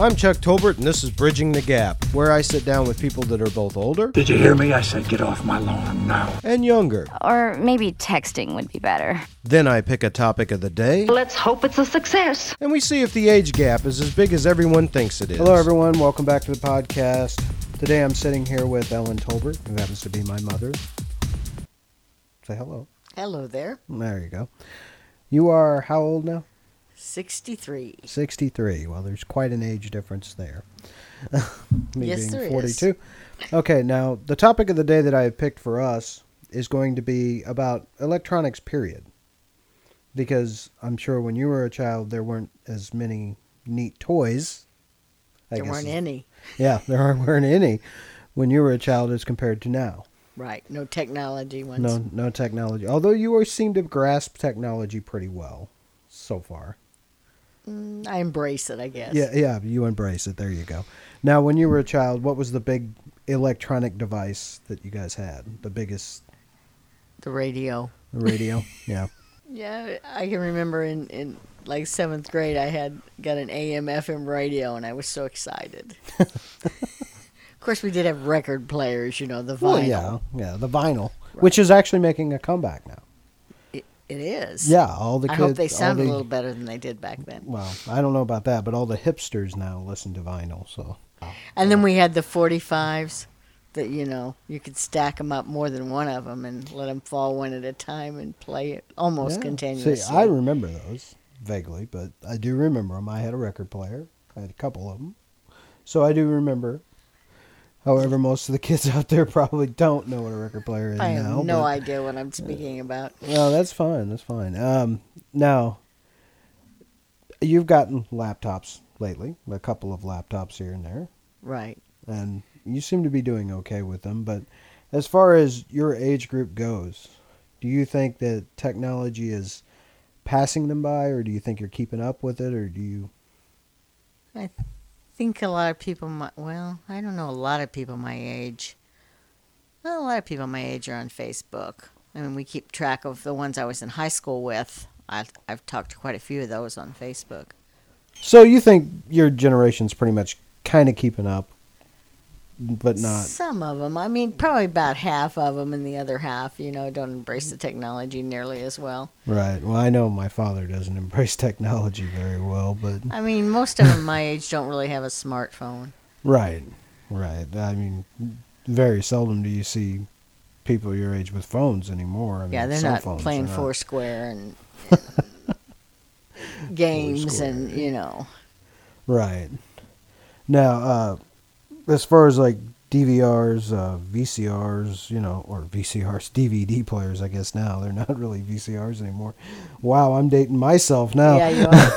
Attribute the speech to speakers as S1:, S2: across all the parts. S1: I'm Chuck Tobert, and this is Bridging the Gap, where I sit down with people that are both older
S2: Did you hear me? I said get off my lawn now.
S1: and younger.
S3: Or maybe texting would be better.
S1: Then I pick a topic of the day,
S4: Let's hope it's a success.
S1: and we see if the age gap is as big as everyone thinks it is.
S5: Hello, everyone. Welcome back to the podcast. Today I'm sitting here with Ellen Tolbert, who happens to be my mother. Say hello.
S6: Hello there.
S5: There you go. You are how old now?
S6: 63.
S5: 63. Well, there's quite an age difference there. Me
S6: Yes, there
S5: being
S6: is.
S5: 42. Okay, now the topic of the day that I have picked for us is going to be about electronics, period. Because I'm sure when you were a child, there weren't as many neat toys. I
S6: there
S5: guess
S6: weren't
S5: is-
S6: any.
S5: Yeah, there aren't- weren't any when you were a child as compared to now.
S6: Right. No technology ones.
S5: No, no technology. Although you always seem to grasp technology pretty well so far.
S6: Mm, I embrace it, I guess.
S5: Yeah, yeah, you embrace it. There you go. Now, when you were a child, what was the big electronic device that you guys had? The biggest
S6: The radio.
S5: the radio? yeah.
S6: Yeah, I can remember in, in like seventh grade, I had got an AM FM radio, and I was so excited. of course, we did have record players, you know, the vinyl.
S5: Well, yeah, yeah, the vinyl, which is actually making a comeback now.
S6: It is.
S5: Yeah, all the
S6: I
S5: kids.
S6: hope they
S5: all
S6: sound
S5: the-
S6: a little better than they did back then.
S5: Well, I don't know about that, but all the hipsters now listen to vinyl. So
S6: And then we had the 45s that, you know, you could stack them up more than one of them and let them fall one at a time and play it almost
S5: Yeah.
S6: continuously.
S5: See, I remember those vaguely, but I do remember them. I had a record player. I had a couple of them, so I do remember. However, most of the kids out there probably don't know what a record player is
S6: I have
S5: now.
S6: no
S5: but-
S6: idea what I'm speaking about.
S5: No, that's fine. That's fine. Um, now, you've gotten laptops lately, a couple of laptops here and there,
S6: Right.
S5: and you seem to be doing okay with them. But as far as your age group goes, do you think that technology is passing them by, or do you think you're keeping up with it, or do you?
S6: think a lot of people my well, I don't know a lot of people my age. Not a lot of people my age are on Facebook. I mean, we keep track of the ones I was in high school with. I, I've talked to quite a few of those on Facebook.
S5: So you think your generation's pretty much kind of keeping up, but not.
S6: Some of them. I mean, probably about half of them, and the other half, you know, don't embrace the technology nearly as well.
S5: Right. Well, I know my father doesn't embrace technology very well, but
S6: I mean, most of them my age don't really have a smartphone.
S5: Right, right. I mean, very seldom do you see people your age with phones anymore. I mean,
S6: Yeah, they're
S5: Mm, cell
S6: not
S5: phones
S6: playing
S5: are not-
S6: Foursquare and, and games and, you know.
S5: Right. Now, uh, as far as like DVRs, uh, VCRs, you know, or VCRs, DVD players, I guess now they're not really VCRs anymore. Wow, I'm dating myself now.
S6: Yeah, you are.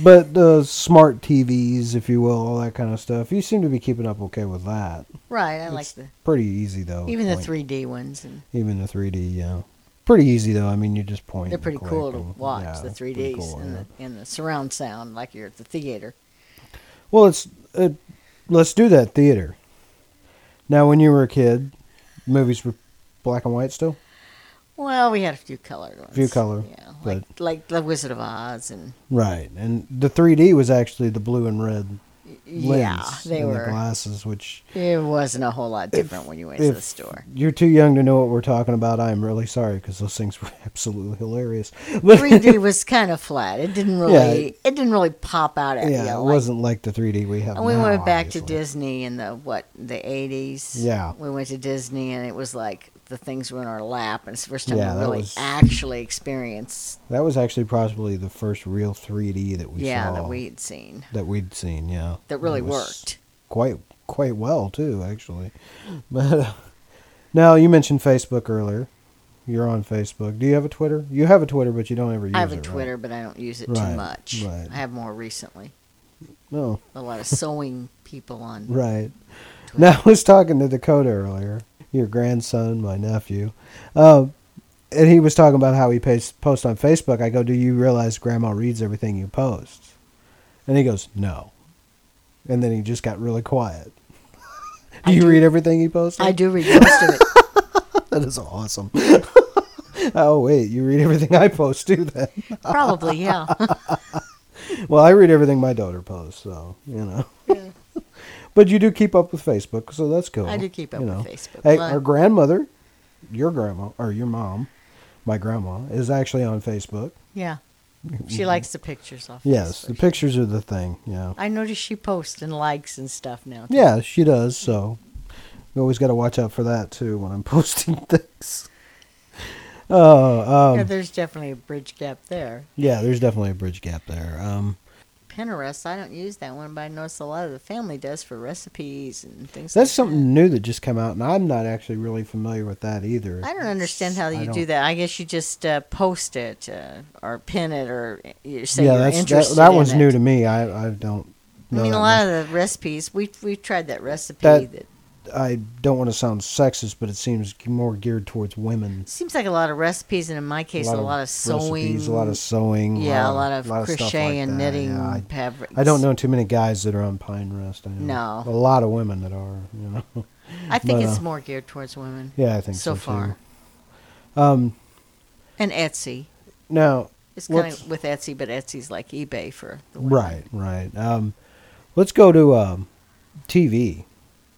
S5: But uh, smart TVs, if you will, all that kind of stuff. You seem to be keeping up okay with that.
S6: right. I like the
S5: Pretty easy though.
S6: even the
S5: point.
S6: 3D ones, and
S5: Even the 3D, yeah. Pretty easy though. I mean, you just point.
S6: they're
S5: and
S6: pretty
S5: click
S6: cool to
S5: and-
S6: watch.
S5: yeah,
S6: the
S5: it's pretty
S6: 3Ds
S5: cool,
S6: and,
S5: yeah.
S6: the, and the surround sound, like you're at the theater.
S5: Well, it's uh, let's do that theater. Now, when you were a kid, movies were black and white still.
S6: Well, we had a few colored ones.
S5: Few color,
S6: Yeah, like,
S5: but-
S6: like The Wizard of Oz and
S5: Right, and the 3D was actually the blue and red lens
S6: yeah, they
S5: and
S6: were.
S5: the glasses, which
S6: It wasn't a whole lot different when you went to
S5: if
S6: the store.
S5: You're too young to know what we're talking about. I'm really sorry because those things were absolutely hilarious. But
S6: 3D was kind of flat. It didn't really.
S5: it-
S6: it, didn't really pop out at
S5: yeah,
S6: you.
S5: it
S6: like-
S5: wasn't like the 3D we have.
S6: And we
S5: now,
S6: went back to
S5: obviously.
S6: Disney in the what the eighties.
S5: Yeah.
S6: we went to Disney and it was like the things were in our lap, and it's the first time
S5: Yeah,
S6: we
S5: that
S6: really
S5: was-
S6: actually experienced.
S5: That was actually possibly the first real 3D that we
S6: yeah,
S5: saw.
S6: that we had seen
S5: that we'd seen, yeah.
S6: that really
S5: It was
S6: worked.
S5: Quite quite well too, actually. But uh, now you mentioned Facebook earlier. You're on Facebook. Do you have a Twitter? You have a Twitter, but you don't ever use
S6: I have
S5: it,
S6: a
S5: right?
S6: Twitter, but I don't use it
S5: Right,
S6: too much.
S5: right.
S6: I have more recently.
S5: No,
S6: A lot of sewing people on.
S5: right. Now I was talking to Dakota earlier, your grandson, my nephew, um, and he was talking about how he pays, posts on Facebook. I go, "Do you realize Grandma reads everything you post?" And he goes, "No." And then he just got really quiet. do you read everything he posts?
S6: I do read most of it.
S5: That is awesome. oh wait, you read everything I post too then.
S6: Probably, yeah.
S5: well, I read everything my daughter posts, so you know. but you do keep up with Facebook, so that's cool.
S6: I do keep up
S5: you
S6: with
S5: know.
S6: Facebook,
S5: Hey,
S6: but-
S5: our grandmother, your grandma or your mom, my grandma is actually on Facebook.
S6: Yeah. She likes the pictures off.
S5: Mm-hmm. Yes,
S6: Facebook.
S5: the pictures are the thing. Yeah,
S6: I notice she posts and likes and stuff now. too.
S5: yeah, she does. So we always got to watch out for that too when I'm posting things. Oh, um,
S6: Yeah, there's definitely a bridge gap there.
S5: yeah, there's definitely a bridge gap there. Um,
S6: Pinterest, I don't use that one, but I notice a lot of the family does for recipes and things.
S5: That's
S6: like that.
S5: something new that just came out, and I'm not actually really familiar with that either.
S6: I don't understand how
S5: I
S6: you do
S5: don't-
S6: that. I guess you just uh, post it uh, or pin it or you say
S5: yeah,
S6: you're
S5: that's that,
S6: interested.
S5: that
S6: in
S5: one's
S6: it.
S5: new to me. I I don't. Know
S6: I mean,
S5: that
S6: a
S5: much.
S6: lot of the recipes we we've tried that recipe
S5: That-
S6: that,
S5: I don't want to sound sexist, but it seems more geared towards women.
S6: seems like a lot of recipes, and in my case, a lot, of sewing,
S5: recipes, a lot of sewing,
S6: yeah, a lot of
S5: stuff
S6: crochet
S5: like
S6: and
S5: that,
S6: knitting
S5: yeah. I,
S6: fabrics.
S5: I don't know too many guys that are on Pine Rest. I know a
S6: No.
S5: lot of women that are. You know,
S6: I think
S5: but,
S6: it's
S5: uh,
S6: more geared towards women
S5: yeah, I think so,
S6: so far.
S5: Too. Um,
S6: and Etsy.
S5: Now,
S6: It's kind
S5: What's-
S6: of with Etsy, but Etsy's like eBay for the women.
S5: Right, right. Um, let's go to um, TV.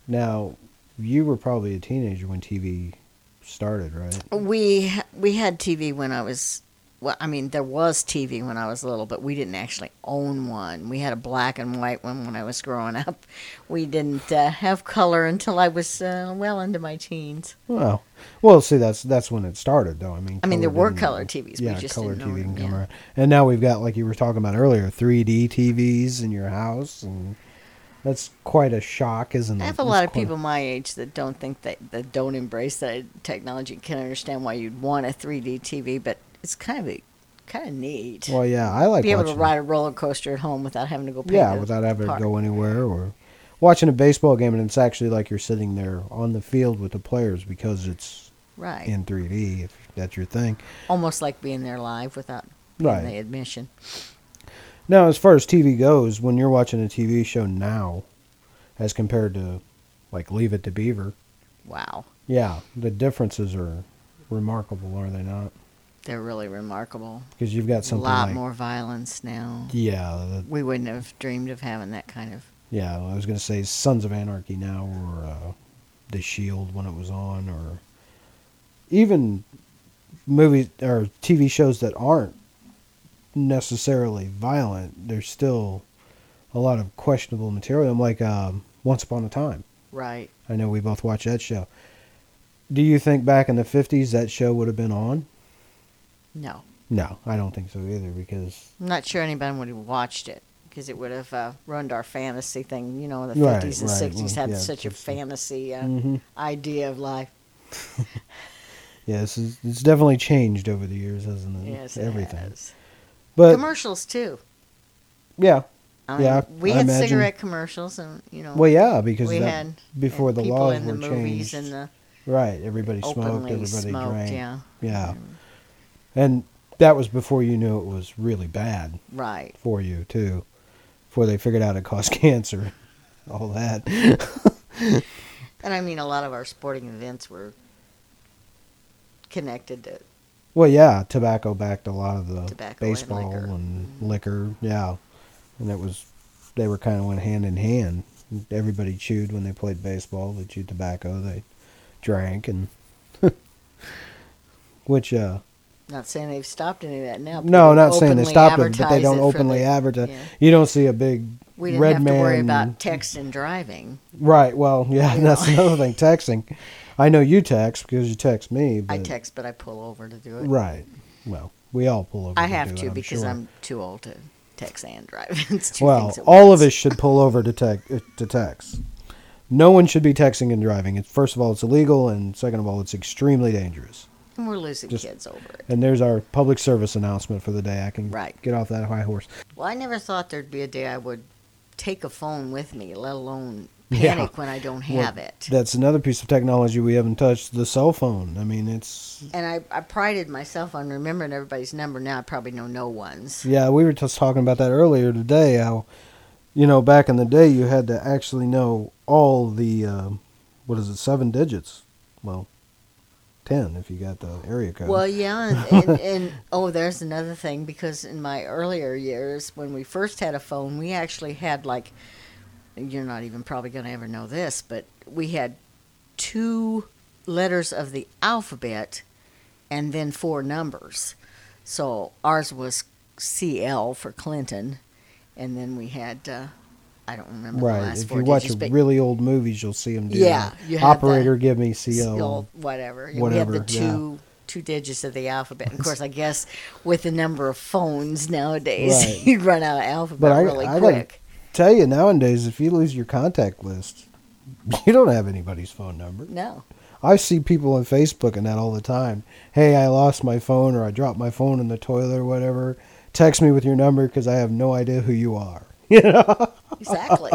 S5: Now, you were probably a teenager when TV started, right?
S6: We we had TV when I was well. I mean, there was TV when I was little, but we didn't actually own one. We had a black and white one when I was growing up. We didn't uh, have color until I was uh, well into my teens.
S5: Well, well, see, that's that's when it started, though. I mean,
S6: I mean, there were
S5: didn't-
S6: color TVs. We
S5: Yeah,
S6: just
S5: color
S6: didn't know
S5: TV didn't
S6: them,
S5: come
S6: yeah.
S5: around, and now we've got like you were talking about earlier, 3D TVs in your house, and that's quite a shock, isn't it?
S6: I have a
S5: That's
S6: lot of
S5: quite
S6: people my age that don't think that that don't embrace that technology. Can understand why you'd want a 3D TV, but it's kind of a, kind of neat.
S5: Well, oh, yeah, I like
S6: be able to
S5: watching-
S6: ride a roller coaster at home without having to go. Pay
S5: yeah,
S6: the
S5: without ever
S6: park.
S5: go anywhere or watching a baseball game, and it's actually like you're sitting there on the field with the players because it's
S6: Right.
S5: in 3D if that's your thing.
S6: almost like being there live without
S5: Right.
S6: right. the admission.
S5: Now, as far as TV goes, when you're watching a TV show now, as compared to like Leave It to Beaver,
S6: Wow,
S5: yeah, the differences are remarkable, are they not?
S6: they're really remarkable.
S5: Because you've got
S6: A
S5: something
S6: lot
S5: like-
S6: more violence now.
S5: Yeah, the,
S6: We wouldn't have dreamed of having that kind of.
S5: yeah. I was gonna say Sons of Anarchy now, or uh, The Shield when it was on, or even movies or TV shows that aren't necessarily violent. There's still a lot of questionable material. I'm like um, Once Upon a Time.
S6: Right.
S5: I know we both watched that show. Do you think back in the 50s that show would have been on?
S6: No,
S5: No, I don't think so either because
S6: I'm not sure anybody would have watched it because it would have uh, ruined our fantasy thing. You know, the
S5: Right,
S6: 50s and
S5: right,
S6: 60s
S5: well,
S6: had
S5: yeah, Mm-hmm.
S6: such a
S5: it's just-
S6: fantasy uh, idea of life.
S5: yeah, this is, it's definitely changed over the years, hasn't it?
S6: Yes,
S5: Mm-hmm. everything.
S6: It has.
S5: But
S6: Commercials too.
S5: yeah,
S6: I
S5: Yeah,
S6: mean, we
S5: I
S6: had
S5: imagine.
S6: cigarette commercials, and you know,
S5: well, yeah, because
S6: we
S5: that-
S6: had
S5: before
S6: and
S5: the
S6: people
S5: laws
S6: in
S5: were
S6: the movies
S5: changed,
S6: and the
S5: right? Everybody smoked,
S6: openly
S5: everybody
S6: smoked,
S5: drank,
S6: yeah.
S5: yeah, and that was before you knew it was really bad
S6: right.
S5: for you too, before they figured out it caused cancer, all that.
S6: And I mean, a lot of our sporting events were connected to.
S5: Well, yeah, tobacco backed a lot of the
S6: Tobacco and
S5: baseball
S6: liquor.
S5: and liquor. Yeah, and it was they were kind of went hand in hand. Everybody chewed when they played baseball. They chewed tobacco. They drank and which uh
S6: Not saying they've stopped any of that
S5: no,
S6: now. People
S5: not saying they
S6: openly
S5: stopped it, but they
S6: advertise
S5: don't
S6: it for
S5: openly
S6: the-
S5: advertise.
S6: yeah.
S5: You don't see a big
S6: We didn't
S5: red
S6: have
S5: man.
S6: to worry about text and driving.
S5: right. Well, yeah, that's another thing. Texting. I know you text because you text me. But,
S6: I text, but I pull over to do it.
S5: Right. Well, we all pull over.
S6: I
S5: to
S6: have
S5: do it,
S6: to
S5: I'm
S6: because
S5: sure.
S6: I'm too old to text and drive. it's two
S5: Well,
S6: things at
S5: all
S6: once.
S5: of us should pull over to, tec- uh, to text. No one should be texting and driving. It's, first of all, it's illegal, and second of all, it's extremely dangerous.
S6: And we're losing
S5: just-
S6: kids over it.
S5: And there's our public service announcement for the day. I can
S6: Right.
S5: get off that high horse.
S6: Well, I never thought there'd be a day I would take a phone with me, let alone
S5: Yeah.
S6: panic when I don't
S5: Well,
S6: have it.
S5: That's another piece of technology we haven't touched the cell phone. I mean, it's.
S6: and I, I prided myself on remembering everybody's number. Now I probably know no one's.
S5: Yeah, we were just talking about that earlier today. How, you know, back in the day, you had to actually know all the, um, what is it, seven digits? Well,
S1: ten if you got the area code.
S6: Well, yeah, and, and, and oh, there's another thing because in my earlier years, when we first had a phone, we actually had like, you're not even probably going to ever know this, but we had two letters of the alphabet and then four numbers. So ours was CL for Clinton, and then we had, uh, I don't remember the
S1: right.
S6: last
S1: If
S6: four
S1: you watch
S6: digits, but
S1: really old movies, you'll see them do
S6: Yeah,
S1: that.
S6: you have
S1: Operator,
S6: that.
S1: give me CO.
S6: Still, whatever. we
S1: whatever,
S6: have the
S1: yeah.
S6: two two digits of the alphabet. And of course, I guess with the number of phones nowadays,
S1: Right.
S6: you'd run out of alphabet
S1: But I-
S6: really
S1: I like-
S6: quick.
S1: Tell you nowadays, if you lose your contact list, you don't have anybody's phone number.
S6: no,
S1: I see people on Facebook and that all the time. Hey, I lost my phone or I dropped my phone in the toilet or whatever. Text me with your number because I have no idea who you are.
S6: exactly.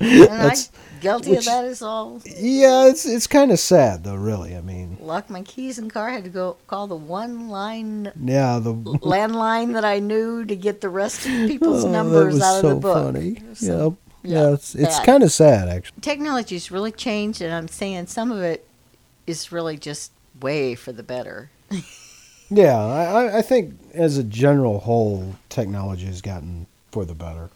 S6: and I
S1: That's-
S6: guilty
S1: which-
S6: of that as all.
S1: Yeah, it's it's kind of sad though, really. I mean,
S6: Locked my keys in car. Had to go call the one line
S1: yeah, the
S6: landline that I knew to get the rest of people's
S1: Oh, that
S6: numbers
S1: was
S6: out of
S1: so
S6: the book.
S1: Funny.
S6: So-
S1: Yep. Yeah,
S6: yeah,
S1: it's it's
S6: bad.
S1: kind of sad actually.
S6: Technology's really changed, and I'm saying some of it is really just way for the better.
S1: Yeah, I, I- I think as a general whole, technology has gotten for the better.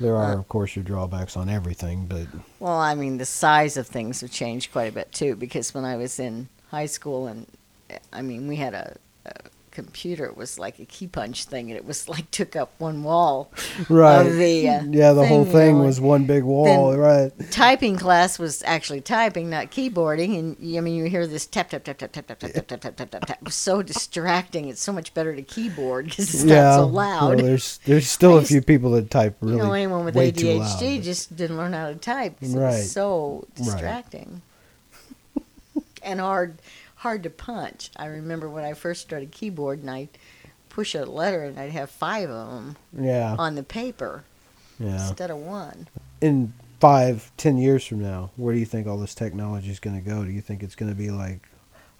S1: There are,
S6: Uh,
S1: of course, your drawbacks on everything, but
S6: Well, I mean, the size of things have changed quite a bit too. Because when I was in high school, and uh, I mean, we had a, a computer. It was like a key punch thing, and it was like took up one wall.
S1: right,
S6: the, uh,
S1: yeah, the whole
S6: thing, you
S1: thing
S6: know,
S1: was one big wall,
S6: then-
S1: right?
S6: typing class was actually typing, not keyboarding. And y- I mean, you hear this tap tap tap tap tap tap tap tap tap tap tap tap. tap. It was so distracting. It's so much better to keyboard because it's
S1: yeah,
S6: not so
S1: well,
S6: loud.
S1: there's there's still a
S6: just-
S1: few people that type really
S6: you know, anyone with
S1: way too loud.
S6: ADHD just didn't learn how to type. 'cause It
S1: Right.
S6: was so
S1: Right.
S6: distracting and hard, hard to punch. I remember when I first started keyboard, and I'd push a letter, and I'd have five of them
S1: yeah,
S6: on the paper
S1: yeah.
S6: instead of one.
S1: in five, ten years from now, where do you think all this technology is going to go? Do you think it's going to be like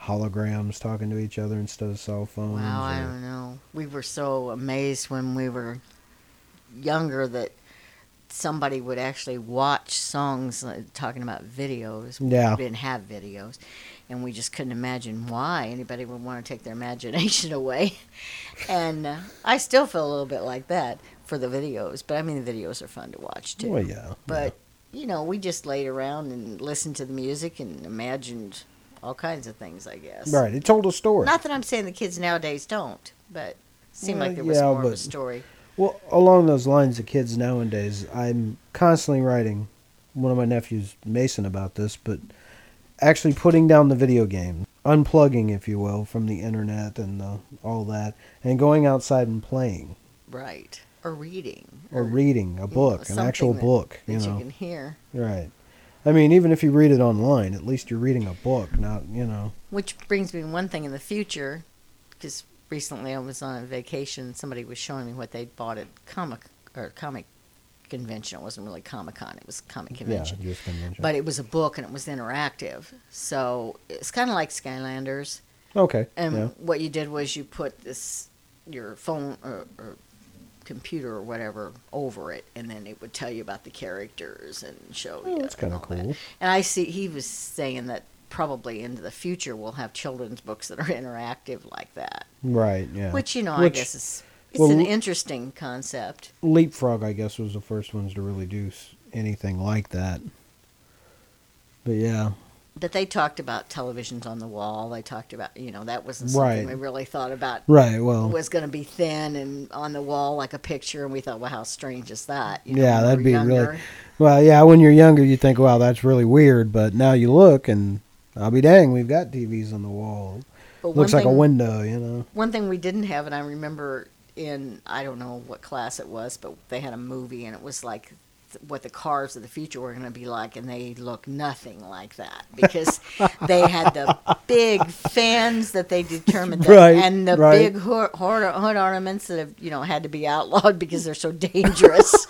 S1: holograms talking to each other instead of cell phones?
S6: Wow, I
S1: or-
S6: don't know. We were so amazed when we were younger that somebody would actually watch songs uh, talking about videos. We
S1: Yeah.
S6: didn't have videos. And we just couldn't imagine why anybody would want to take their imagination away. and uh, I still feel a little bit like that for the videos. But I mean, the videos are fun to watch too.
S1: Well, yeah.
S6: But, you know, we just laid around and listened to the music and imagined all kinds of things, I guess.
S1: Right, it told a story.
S6: Not that I'm saying the kids nowadays don't, but it seemed
S1: Well,
S6: like there was
S1: yeah,
S6: more of a
S1: but-
S6: story.
S1: Well, along those lines, the kids nowadays, I'm constantly writing one of my nephews, Mason, about this, but actually putting down the video game, unplugging, if you will, from the internet and the, all that, and going outside and playing
S6: Right. Or reading.
S1: or reading a
S6: you know,
S1: book, an
S6: something
S1: actual
S6: that-
S1: book.
S6: That
S1: you
S6: you,
S1: know,
S6: can hear.
S1: Right. I mean, even if you read it online, at least you're reading a book, not, you know.
S6: Which brings me to one thing in the future, because recently I was on a vacation and somebody was showing me what they'd bought at comic or comic convention. It wasn't really Comic Con; it was comic convention.
S1: Yeah, just convention.
S6: But it was a book and it was interactive, so it's kind of like Skylanders.
S1: okay.
S6: And
S1: yeah.
S6: what you did was you put this your phone or, or computer or whatever over it, and then it would tell you about the characters and show
S1: Oh,
S6: you.
S1: that's kinda
S6: and all that.
S1: cool.
S6: And I see he was saying that probably into the future we'll have children's books that are interactive like that,
S1: Right, yeah.
S6: which you know
S1: Which-
S6: I guess is it's
S1: well,
S6: an
S1: l-
S6: interesting concept.
S1: Leapfrog, I guess, was the first ones to really do s- anything like that. But yeah.
S6: But they talked about televisions on the wall. They talked about you know that wasn't something
S1: Right.
S6: we really thought about
S1: Right, well.
S6: was going to be thin and on the wall like a picture, and we thought, well, how strange is that? You
S1: yeah,
S6: when we
S1: that'd
S6: were
S1: be really.
S6: younger.
S1: Well, yeah, when you're younger, you think, wow, that's really weird. But now you look, and I'll be dang, we've got TVs on the wall.
S6: But
S1: Looks
S6: one
S1: like a
S6: thing-
S1: window, you know?
S6: One thing we didn't have, and I remember in I don't know what class it was, but they had a movie, and it was like th- what the cars of the future were going to be like, and they look nothing like that because they had the big fans that they determined, that,
S1: Right,
S6: and the
S1: right.
S6: big hood, hood, hood ornaments that have you know had to be outlawed because they're so dangerous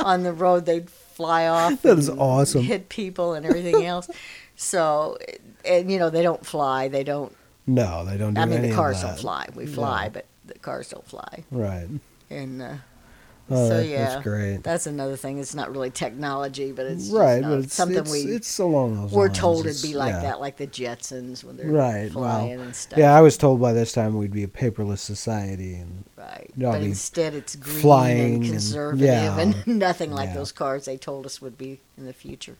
S6: on the road. They'd fly off.
S1: That is
S6: and
S1: awesome.
S6: Hit people and everything else. so, and you know they don't fly. They don't
S1: No, they don't do
S6: I mean,
S1: any
S6: the
S1: of
S6: cars don't
S1: that.
S6: fly. We fly, but the cars don't fly.
S1: Right.
S6: And uh,
S5: Oh,
S6: So,
S5: that-
S6: yeah.
S5: that's great.
S6: That's another thing. It's not really technology, but it's just,
S5: right,
S6: uh,
S5: but it's
S6: something
S5: it's,
S6: we
S5: it's along those
S6: we're
S5: lines.
S6: told it'd
S5: It's-
S6: be like
S5: yeah.
S6: that, like the Jetsons when they're
S5: Right. Wow.
S6: flying and stuff.
S5: Yeah, I was told by this time we'd be a paperless society, and
S6: right.
S5: no, I
S6: but
S5: mean,
S6: instead, it's green
S5: flying and-
S6: and conservative
S5: yeah.
S6: and, nothing like
S5: Yeah.
S6: those cars they told us would be in the future.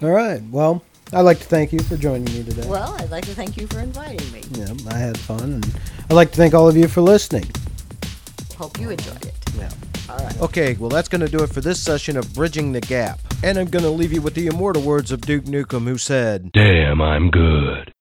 S5: all right. Well, I'd like to thank you for joining me today.
S6: Well, I'd like to thank you for inviting me.
S5: yeah, I had fun, and I'd like to thank all of you for listening.
S6: Hope you enjoyed it.
S1: Okay, well, that's going to do it for this session of Bridging the Gap. And I'm going to leave you with the immortal words of Duke Nukem, who said,
S7: Damn, I'm good.